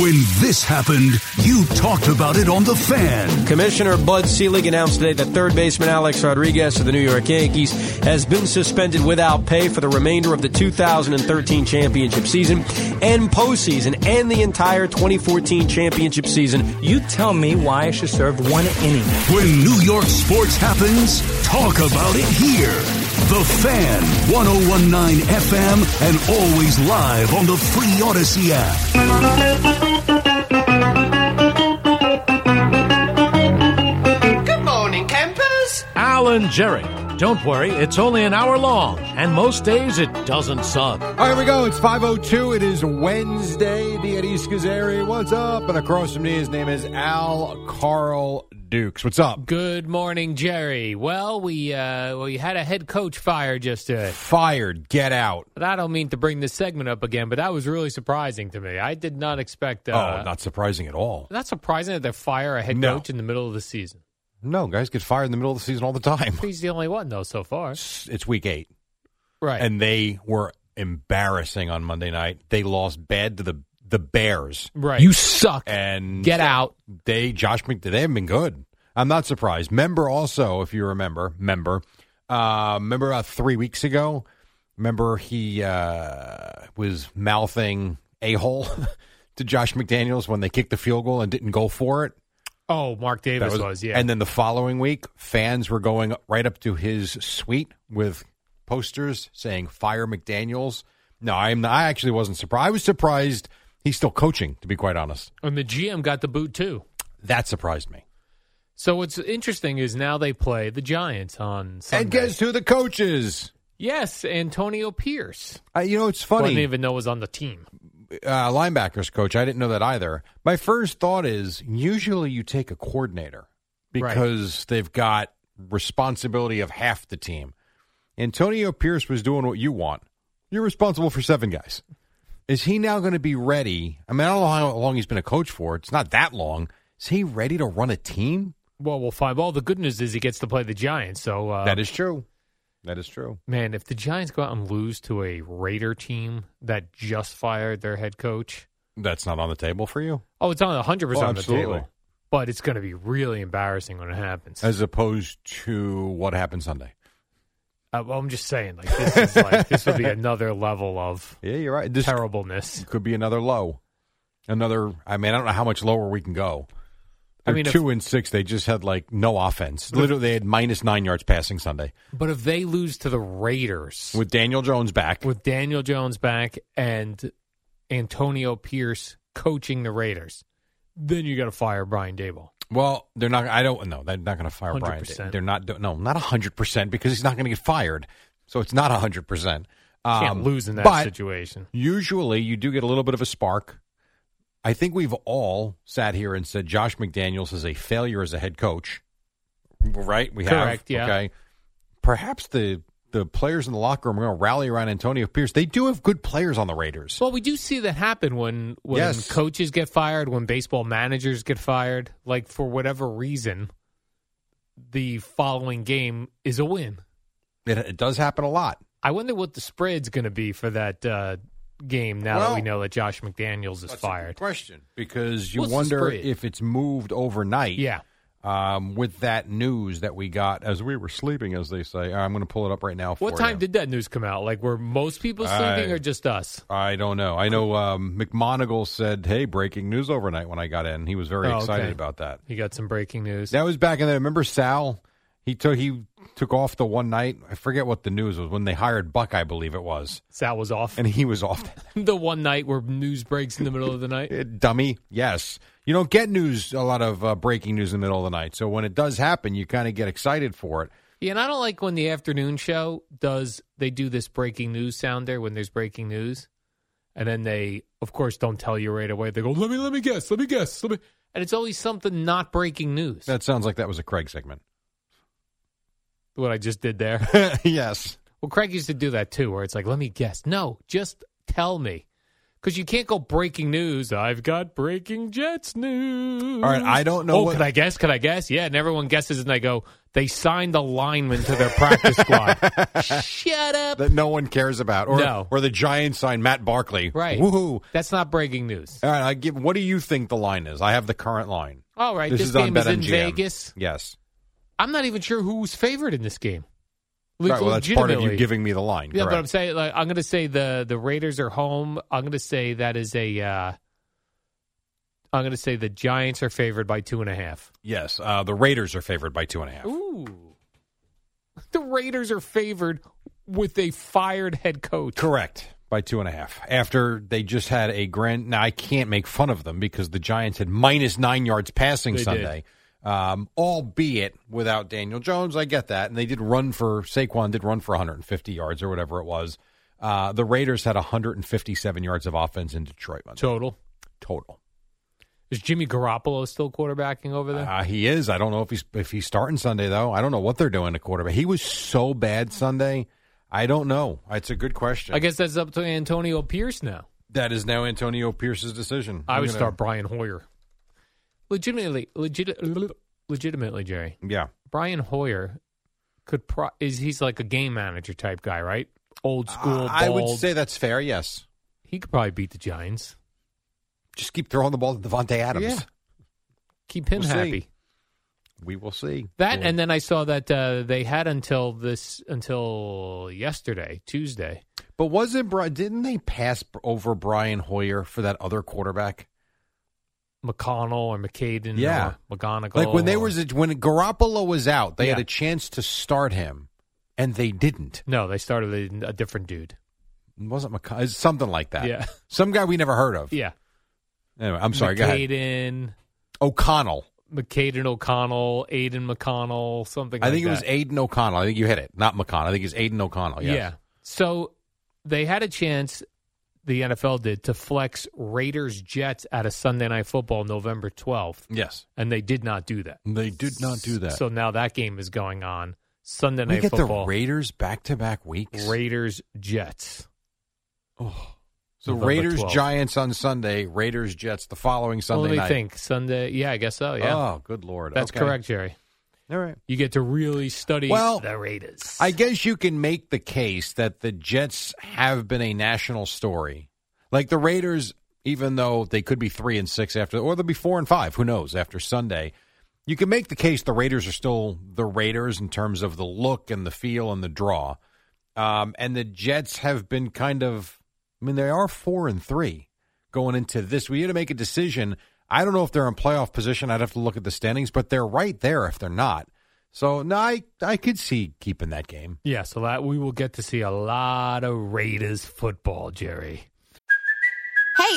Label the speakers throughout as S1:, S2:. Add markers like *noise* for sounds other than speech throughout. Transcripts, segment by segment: S1: When this happened, you talked about it on The Fan.
S2: Commissioner Bud Selig announced today that third baseman Alex Rodriguez of the New York Yankees has been suspended without pay for the remainder of the 2013 championship season and postseason and the entire 2014 championship season.
S3: You tell me why I should serve one inning.
S1: When New York sports happens, talk about it here. The Fan, 1019 FM, and always live on the free Odyssey app.
S4: Good morning, campers.
S5: Alan Jerry. Don't worry, it's only an hour long, and most days it doesn't suck.
S6: All right, here we go. It's 5.02. It is Wednesday. The Eddie Schizzeri. What's up? And across from me, his name is Al Carl Dukes. What's up?
S7: Good morning, Jerry. Well, we uh, we had a head coach fire just today.
S6: Fired. Get out.
S7: But I don't mean to bring this segment up again, but that was really surprising to me. I did not expect. Uh,
S6: oh, not surprising at all.
S7: not surprising that they fire a head
S6: No.
S7: coach in the middle of the season.
S6: No, guys get fired in the middle of the season all the time. *laughs*
S7: He's the only one though so far,
S6: It's it's week eight.
S7: right?
S6: And they were embarrassing on Monday night. They lost bad to the, the Bears.
S7: right.
S3: You suck.
S6: And
S7: get out.
S6: they Josh McDaniels they haven't been good. I'm not surprised. Member also, if you remember, member, uh, remember about three weeks ago. Remember he uh, was mouthing a hole *laughs* to Josh McDaniels when they kicked the field goal and didn't go for it.
S7: Oh, Mark
S6: That
S7: Davis was, yeah.
S6: And then the following week, fans were going right up to his suite with posters saying "Fire McDaniels." No, I'm. I actually wasn't surprised. I was surprised he's still coaching. To be quite honest,
S7: and the GM got the boot too.
S6: that surprised me.
S7: So what's interesting is now they play the Giants on Sunday.
S6: And guess who the coach is?
S7: yes, Antonio Pierce.
S6: Uh, you know, it's
S7: Who I didn't
S6: funny.
S7: even know was on the team.
S6: uh, linebackers coach, I didn't know that either. My first thought is usually you take a coordinator
S7: Right.
S6: because they've got responsibility of half the team. Antonio Pierce was doing what you want. You're responsible for seven guys. Is he now going to be ready? I mean, I don't know how long he's been a coach for. It's not that long. Is he ready to run a team?
S7: Well, we'll find. Well, the good news is he gets to play the Giants. So uh,
S6: that is true. That is true.
S7: Man, if the Giants go out and lose to a Raider team that just fired their head coach,
S6: That's not on the table for you.
S7: oh, it's on 100%
S6: Oh,
S7: on the
S6: absolutely.
S7: table. But it's going to be really embarrassing when it happens.
S6: As opposed to what happened Sunday.
S7: Uh, well, I'm just saying, like this is like this would be another level of
S6: Yeah, you're right. This
S7: terribleness.
S6: could be another low. Another, I mean, I don't know how much lower we can go.
S7: I
S6: They're
S7: mean, if-
S6: two and six. They just had like no offense. Literally, they had minus nine yards passing Sunday
S7: But if they lose to the Raiders with,
S6: with Daniel Jones back.
S7: Daniel Jones back and Antonio Pierce coaching the Raiders, then you got to fire Brian Dable.
S6: well, they're not. I don't know. They're not going to fire Brian.
S7: 100%.
S6: They're not. No, not hundred percent because he's not going to get fired. So it's not hundred percent.
S7: Can't lose in that
S6: Um, but
S7: situation.
S6: Usually, you do get a little bit of a spark. I think we've all sat here and said Josh McDaniels is a failure as a head coach. Right? We
S7: Correct,
S6: have.
S7: yeah.
S6: Okay. Perhaps the the players in the locker room are going to rally around Antonio Pierce. They do have good players on the Raiders.
S7: Well, we do see that happen when when
S6: Yes.
S7: coaches get fired, when baseball managers get fired. Like for whatever reason, the following game is a win.
S6: It, it does happen a lot.
S7: I wonder what the spread's going to be for that uh, game now that
S6: Well-
S7: we know that Josh McDaniels is fired.
S6: question because you
S7: What's the
S6: wonder
S7: spread?
S6: if it's moved overnight.
S7: Yeah,
S6: Um, with that news that we got as we were sleeping, as they say. I'm going to pull it up right now. For
S7: what time
S6: you.
S7: did that news come out? Like were most people
S6: I-
S7: sleeping or just us?
S6: I don't know. I know um, McMonagle said, "Hey, breaking news overnight." When I got in, he was very
S7: Oh,
S6: excited
S7: okay.
S6: about that.
S7: You got some breaking news.
S6: That was back in the. Remember Sal He took he took off the one night. I forget what the news was when they hired Buck. I believe it was,
S7: Sal was off.
S6: and he was off. *laughs*
S7: *laughs* the one night where news breaks in the middle of the night.
S6: Eh, Dummy. Yes, you don't get news a lot of uh, breaking news in the middle of the night. So when it does happen, you kind of get excited for it.
S7: Yeah, and I don't like when the afternoon show does they do this breaking news sounder when there's breaking news, and then they of course don't tell you right away. They go, "Let me let me guess, let me guess, let me," and it's always something not breaking news.
S6: That sounds like that was a Craig
S7: *laughs*
S6: segment.
S7: what I just did there.
S6: *laughs* yes.
S7: well, Craig used to do that too, where it's like, "Let me guess." No, just tell me, because you can't go breaking news. I've got breaking Jets news.
S6: All right. I don't know
S7: oh,
S6: what
S7: could I guess? Could I guess? Yeah, and everyone guesses, and they go, "They signed a lineman to their practice
S6: *laughs*
S7: squad." Shut up.
S6: that no one cares about, or
S7: No.
S6: or the Giants sign Matt Barkley.
S7: Right.
S6: Woohoo!
S7: That's not breaking news.
S6: All right, I give. What do you think the line is? I have the current line.
S7: All right, this,
S6: is on
S7: game is in
S6: BetMGM.
S7: Vegas.
S6: Yes.
S7: I'm not even sure who's favored in this game. Le-
S6: Right, well, that's part of you
S7: legitimately.
S6: giving me the line.
S7: Yeah, but I'm
S6: correct.
S7: saying like I'm going to say the the Raiders are home. I'm going to say that is a. Uh, I'm going to say the Giants are favored by two and a half.
S6: yes, uh, the Raiders are favored by two and a half.
S7: Ooh, *laughs* the Raiders are favored with a fired head coach.
S6: Correct. By two and a half. After they just had a grand. Now, I can't make fun of them because the Giants had minus nine yards passing
S7: They did.
S6: Sunday, um, albeit without Daniel Jones. I get that. And they did run for, Saquon did run for 150 yards or whatever it was. Uh, the Raiders had 157 yards of offense in Detroit Monday,
S7: Total
S6: total.
S7: is Jimmy Garoppolo still quarterbacking over there?
S6: Uh, he is. I don't know if he's if he's starting Sunday though. I don't know what they're doing at quarterback. He was so bad Sunday. I don't know. It's a good question.
S7: I guess that's up to Antonio Pierce now.
S6: that is now Antonio Pierce's decision.
S7: I
S6: I'm
S7: would
S6: gonna-
S7: start Brian Hoyer. Legitimately, legit, legitimately, Jerry.
S6: Yeah,
S7: Brian Hoyer could pro- is he's like a game manager type guy, right? Old school.
S6: Uh, I would
S7: bald.
S6: say that's fair. Yes,
S7: he could probably beat the Giants.
S6: just keep throwing the ball to Devontae Adams.
S7: Yeah. Keep him
S6: We'll see.
S7: happy.
S6: We will see
S7: That
S6: We'll-
S7: and then I saw that uh, they had until this until yesterday, Tuesday.
S6: but was it Bri- Didn't they pass b- over Brian Hoyer for that other quarterback?
S7: McConnell or McCaden
S6: Yeah.
S7: or McGonigal.
S6: Like when they
S7: or-
S6: was when Garoppolo was out, they had
S7: Yeah.
S6: a chance to start him, and they didn't.
S7: No, they started a, a different dude.
S6: It wasn't McC- something like that.
S7: Yeah.
S6: Some guy we never heard of.
S7: Yeah.
S6: Anyway, I'm sorry. Go ahead.
S7: McCaden,
S6: O'Connell.
S7: McCaden O'Connell, Aiden McConnell, something
S6: I
S7: like
S6: think it
S7: that.
S6: was Aiden O'Connell. I think you hit it. Not McConnell. I think it's Aiden O'Connell. Yes.
S7: Yeah. So they had a chance, the NFL did, to flex Raiders Jets out of Sunday Night Football November 12th,
S6: Yes.
S7: and they did not do that.
S6: They did not do that.
S7: So now that game is going on Sunday
S6: we
S7: Night
S6: get
S7: Football.
S6: the Raiders back to back weeks.
S7: Raiders Jets.
S6: so
S7: November
S6: Raiders
S7: 12th.
S6: Giants on Sunday. Raiders Jets the following
S7: Well,
S6: Sunday
S7: let me
S6: night.
S7: think. Sunday. Yeah, I guess so. Yeah.
S6: Oh, good lord.
S7: That's
S6: Okay.
S7: correct, Jerry.
S6: All right.
S7: You get to really study
S6: Well,
S7: the Raiders.
S6: I guess you can make the case that the Jets have been a national story. Like the Raiders, even though they could be three and six after, or they'll be four and five, who knows, after Sunday. You can make the case the Raiders are still the Raiders in terms of the look and the feel and the draw. Um, and the Jets have been kind of, I mean, they are four and three going into this. We had to make a decision. I don't know if they're in playoff position. I'd have to look at the standings, but they're right there if they're not. So no, I I could see keeping that game.
S7: yeah, so that we will get to see a lot of Raiders football, Jerry.
S8: Hey,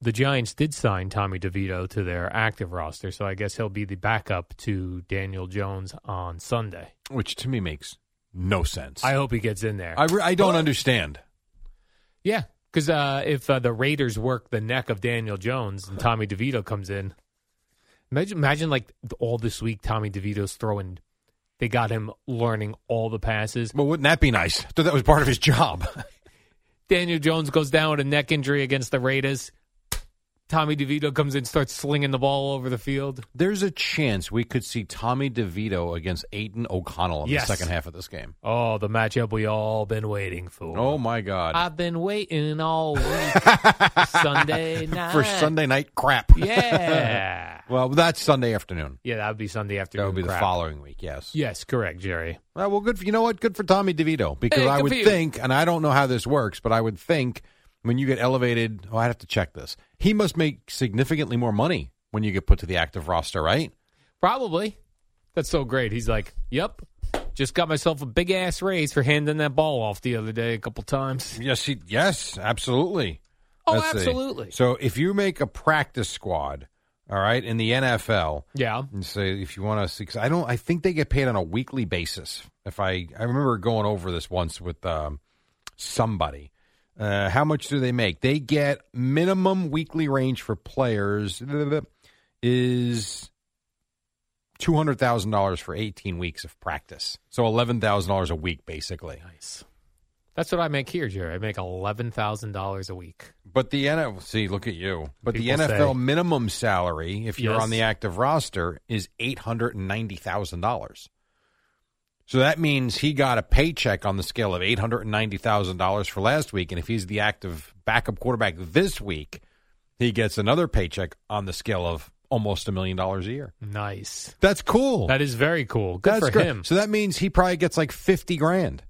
S7: the Giants did sign Tommy DeVito to their active roster, so I guess he'll be the backup to Daniel Jones on Sunday.
S6: which to me makes no sense.
S7: I hope he gets in there.
S6: I, re- I don't understand.
S7: yeah, because uh, if uh, the Raiders work the neck of Daniel Jones and Tommy DeVito comes in, imagine, imagine like all this week Tommy DeVito's throwing. They got him learning all the passes.
S6: But wouldn't that be nice? I thought that was part of his job. *laughs*
S7: Daniel Jones goes down with a neck injury against the Raiders. Tommy DeVito comes in, starts slinging the ball all over the field.
S6: There's a chance we could see Tommy DeVito against Aiden O'Connell in
S7: Yes.
S6: the second half of this game.
S7: Oh, the matchup we all been waiting for.
S6: Oh my God!
S7: I've been waiting all
S6: *laughs*
S7: week. Sunday night.
S6: For Sunday night crap.
S7: Ah. Yeah.
S6: *laughs* well, that's Sunday afternoon.
S7: Yeah, that would be Sunday
S6: That
S7: afternoon.
S6: would be the
S7: crap.
S6: following week. Yes.
S7: Yes, correct, Jerry.
S6: Well, well, good. For, you know what? Good for Tommy DeVito because
S7: Hey,
S6: I
S7: good
S6: would
S7: for you.
S6: think, and I don't know how this works, but I would think when you get elevated, oh, I'd have to check this. He must make significantly more money when you get put to the active roster, right?
S7: Probably. That's so great. He's like, yep, just got myself a big ass raise for handing that ball off the other day a couple times.
S6: Yes, he, yes, absolutely.
S7: Oh,
S6: Let's see.
S7: absolutely.
S6: So if you make a practice squad, all right, in the NFL,
S7: Yeah.
S6: and say if you want to, I don't, I think they get paid on a weekly basis. If I, I remember going over this once with um, somebody. Uh, how much do they make? They get minimum weekly range for players is two hundred thousand dollars for eighteen weeks of practice. So eleven thousand dollars a week, basically.
S7: Nice. That's what I make here, Jerry. I make eleven thousand dollars a week.
S6: But the NFL, see, look at you. But
S7: People
S6: the NFL
S7: say-
S6: minimum salary, if you're
S7: Yes.
S6: on the active roster, is eight hundred and ninety thousand dollars. So that means he got a paycheck on the scale of eight hundred and ninety thousand dollars for last week, and if he's the active backup quarterback this week, he gets another paycheck on the scale of almost a million dollars a year.
S7: Nice.
S6: That's cool.
S7: That is very cool. Good
S6: That's
S7: for
S6: great.
S7: him.
S6: So that means he probably gets like fifty grand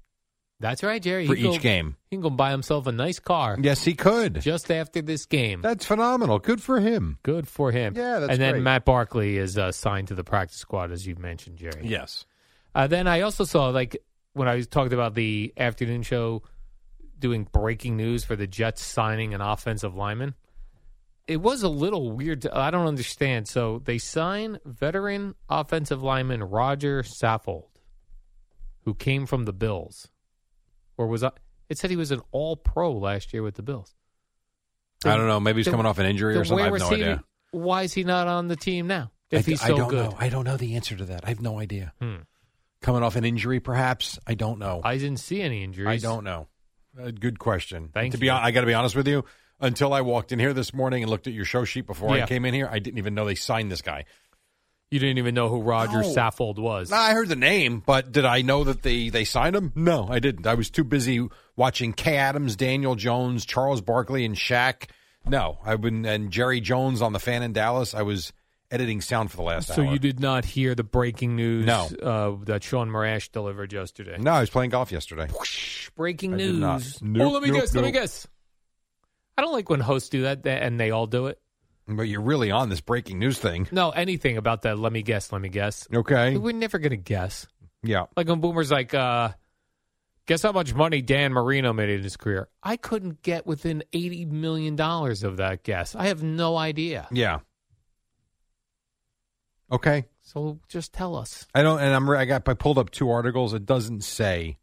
S7: That's right, Jerry.
S6: for
S7: He can
S6: each
S7: go-
S6: game.
S7: He can go buy himself a nice car
S6: Yes, he could.
S7: just after this game.
S6: That's phenomenal. Good for him.
S7: Good for him.
S6: Yeah, that's
S7: And then
S6: great.
S7: Matt Barkley is uh, signed to the practice squad, as you mentioned, Jerry.
S6: Yes.
S7: Uh, then I also saw like when I was talked about the afternoon show doing breaking news for the Jets signing an offensive lineman. It was a little weird. To, I don't understand. So they sign veteran offensive lineman Roger Saffold, who came from the Bills, or was I, it said he was an All Pro last year with the Bills.
S6: I don't know. Maybe he's
S7: Then-
S6: coming off an injury or
S7: then
S6: something. I
S7: where
S6: have
S7: was he-
S6: no idea.
S7: Why is he not on the team now?
S6: I,
S7: If
S6: d-
S7: he's
S6: I
S7: so
S6: don't
S7: good,
S6: know. I don't know the answer to that. I have no idea.
S7: Hmm.
S6: Coming off an injury, perhaps. I don't know.
S7: I didn't see any
S6: I
S7: injuries.
S6: don't know. A good question.
S7: Thank
S6: to be,
S7: you.
S6: hon- I got to be honest with you. Until I walked in here this morning and looked at your show sheet before
S7: Yeah.
S6: I came in here, I didn't even know they signed this guy.
S7: You didn't even know who Roger
S6: No.
S7: Saffold was.
S6: No, I heard the name, but did I know that they they signed him? No, I didn't. I was too busy watching Kay Adams, Daniel Jones, Charles Barkley, and Shaq. No, I've been and Jerry Jones on the fan in Dallas. I was editing sound for the last
S7: So
S6: hour.
S7: you did not hear the breaking news
S6: No.
S7: uh, that Sean Morash delivered yesterday.
S6: No, I was playing golf yesterday.
S7: Breaking
S6: I did not.
S7: news.
S6: Nope,
S7: oh, let me
S6: nope,
S7: guess. Let me
S6: nope.
S7: guess. I don't like when hosts do that th- and they all do it.
S6: But you're really on this breaking news thing.
S7: No, anything about that. Let me guess. Let me guess.
S6: Okay.
S7: We're never going to guess.
S6: Yeah.
S7: Like when Boomer's like, uh, guess how much money Dan Marino made in his career? I couldn't get within $80 million of that guess. I have no idea.
S6: Yeah. Okay.
S7: So just tell us.
S6: I don't, and I'm. re- I got. I pulled up two articles. It doesn't say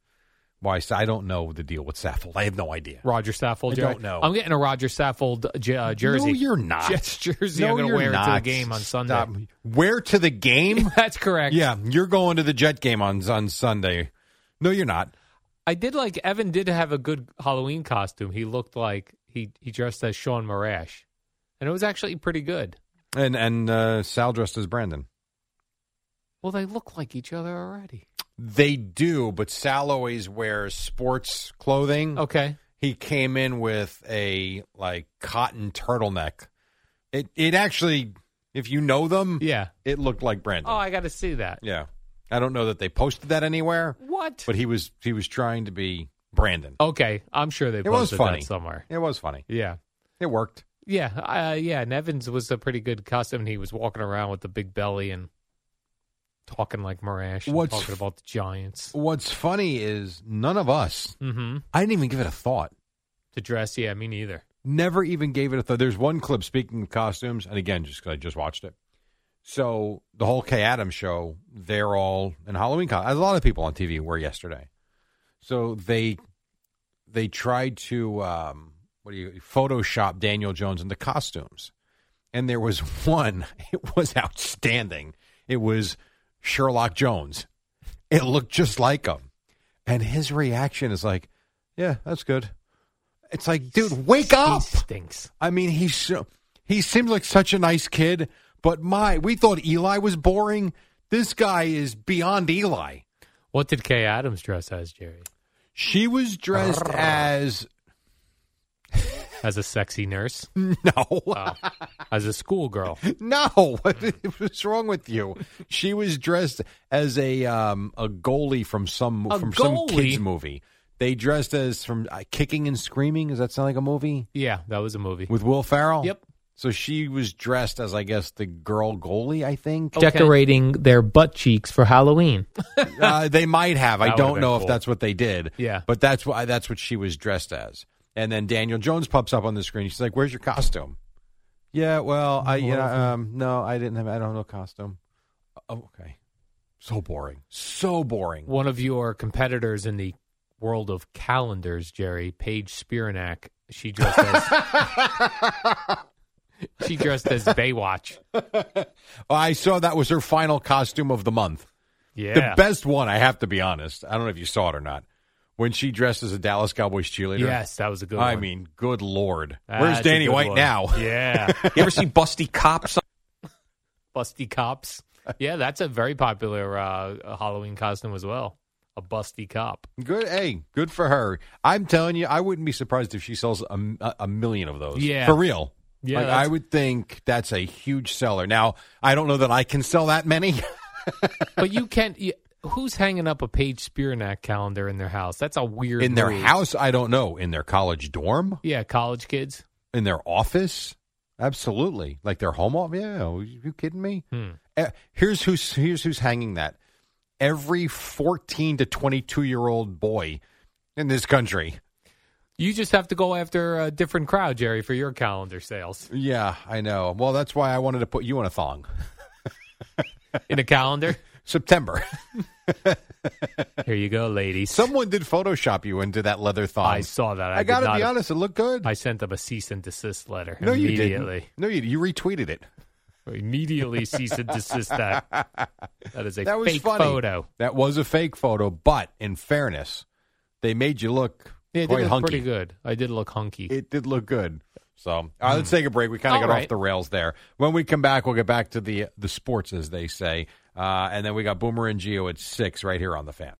S6: why. So I don't know the deal with Saffold. I have no idea.
S7: Roger Saffold.
S6: I
S7: Jerry.
S6: don't know.
S7: I'm getting a Roger Saffold uh, j- uh, jersey.
S6: No, you're
S7: *laughs*
S6: not.
S7: Jets jersey.
S6: No,
S7: I'm going to
S6: you're
S7: wear it to the
S6: not.
S7: game on Sunday. *laughs*
S6: Stop. Wear to the game?
S7: That's *laughs* correct.
S6: yeah, you're going to the Jet game on on Sunday. No, you're not.
S7: I did like Evan did have a good Halloween costume. He looked like he he dressed as Sean Morash, and it was actually pretty good.
S6: And and uh, Sal dressed as Brandon.
S7: Well, they look like each other already.
S6: They do, but Sal always wears sports
S7: *laughs*
S6: clothing.
S7: Okay.
S6: he came in with a like cotton turtleneck. It it actually, if you know them,
S7: Yeah.
S6: it looked like Brandon.
S7: Oh, I got to see that.
S6: yeah, I don't know that they posted that anywhere,
S7: What?
S6: but he was he was trying to be Brandon.
S7: Okay, I'm sure they
S6: it was
S7: posted
S6: funny
S7: that somewhere.
S6: It was funny.
S7: Oh. Yeah.
S6: It worked.
S7: Yeah, uh, yeah. And Evans was a pretty good costume. He was walking around with the big belly and talking like Morash, and
S6: What's-
S7: talking about the Giants.
S6: What's funny is none of us.
S7: Mm-hmm.
S6: I didn't even give it a thought.
S7: To dress, yeah, me neither.
S6: Never even gave it a thought. There's one clip. Speaking of costumes, and again, just 'cause I just watched it. So the whole Kay Adams show, they're all in Halloween costumes. A lot of people on TV were yesterday. So they they tried to um, what do you Photoshop Daniel Jones into costumes, and there was *laughs* one. It was outstanding. It was Sherlock Jones. It looked just like him, and his reaction is like, "Yeah, that's good." It's like, dude, wake
S7: He
S6: up!
S7: stinks.
S6: I mean, he's so, He seemed like such a nice kid, but my, we thought Eli was boring. This guy is beyond Eli.
S7: What did Kay Adams dress as, Jerry?
S6: She was dressed as *laughs*
S7: As a sexy nurse?
S6: no,
S7: Oh. as a *laughs* schoolgirl.
S6: *laughs* no. *laughs* What's wrong with you? She was dressed as a um, a goalie from some
S7: A
S6: from some
S7: goalie?
S6: kids movie. They dressed as from uh, Kicking and Screaming. Does that sound like a movie
S7: Yeah, that was a movie.
S6: with Will Ferrell?
S7: Yep.
S6: So she was dressed as, I guess, the girl goalie. I think
S7: Decorating their butt cheeks for Halloween. *laughs*
S6: uh, they might have. I
S7: That would've
S6: don't
S7: been
S6: know if
S7: cool.
S6: that's what they did.
S7: Yeah.
S6: but that's why that's what she was dressed as. And then Daniel Jones pops up on the screen. She's like, "Where's your costume?" Yeah, well, I you know, um, no, I didn't have. I don't know costume. Oh, okay. So boring. So boring.
S7: One of your competitors in the world of calendars, Jerry, Paige Spiranak, she dressed *laughs* as she dressed as Baywatch.
S6: I saw that was her final costume of the month.
S7: Yeah.
S6: The best one, I have to be honest. I don't know if you saw it or not. When she dressed as a Dallas Cowboys cheerleader.
S7: Yes, that was a good
S6: I
S7: one.
S6: mean, good lord.
S7: That's
S6: Where's
S7: a
S6: Danny
S7: good
S6: White
S7: one.
S6: now?
S7: *laughs*
S6: *laughs*
S7: Yeah.
S9: You ever see Busty Cops?
S7: *laughs* busty cops. Yeah, that's a very popular uh, Halloween costume as well. A busty cop.
S6: Good, hey, good for her. I'm telling you, I wouldn't be surprised if she sells a, a- a million of those.
S7: Yeah.
S6: for real.
S7: Yeah,
S6: Like,
S7: that's-
S6: I would think that's a huge seller. Now, I don't know that I can sell that many.
S7: But you can't. You, who's hanging up a Paige Spearnack calendar in their house? That's a weird.
S6: in their
S7: move.
S6: house, I don't know. In their college dorm,
S7: Yeah, college kids.
S6: in their office, absolutely. Like their home office. Yeah, are you kidding me?
S7: Hmm.
S6: Eh, Here's who's here's who's hanging that. Every 14 to 22 year old boy in this country.
S7: You just have to go after a different crowd, Jerry, for your calendar sales
S6: Yeah, I know. Well, that's why I wanted to put you in a thong. *laughs*
S7: in a calendar.
S6: September.
S7: Here you go, ladies.
S6: Someone did Photoshop you into that leather thong.
S7: I saw that. I,
S6: I
S7: did
S6: gotta
S7: not-
S6: be honest, it looked good.
S7: I sent them a cease and desist letter
S6: no, you didn't.
S7: immediately.
S6: No, you you retweeted it.
S7: Immediately cease and desist
S6: *laughs*
S7: that. That is a
S6: that was
S7: fake
S6: funny.
S7: photo.
S6: That was a fake photo, but in fairness, they made you look
S7: Yeah, it
S6: quite
S7: did look
S6: hunky.
S7: pretty good. I did look hunky.
S6: It did look good. So, all right, let's take a break. We kind of
S7: All
S6: got off
S7: right.
S6: the rails there. When we come back, we'll get back to the the sports, as they say, uh, and then we got Boomer and Geo at six right here on the fan.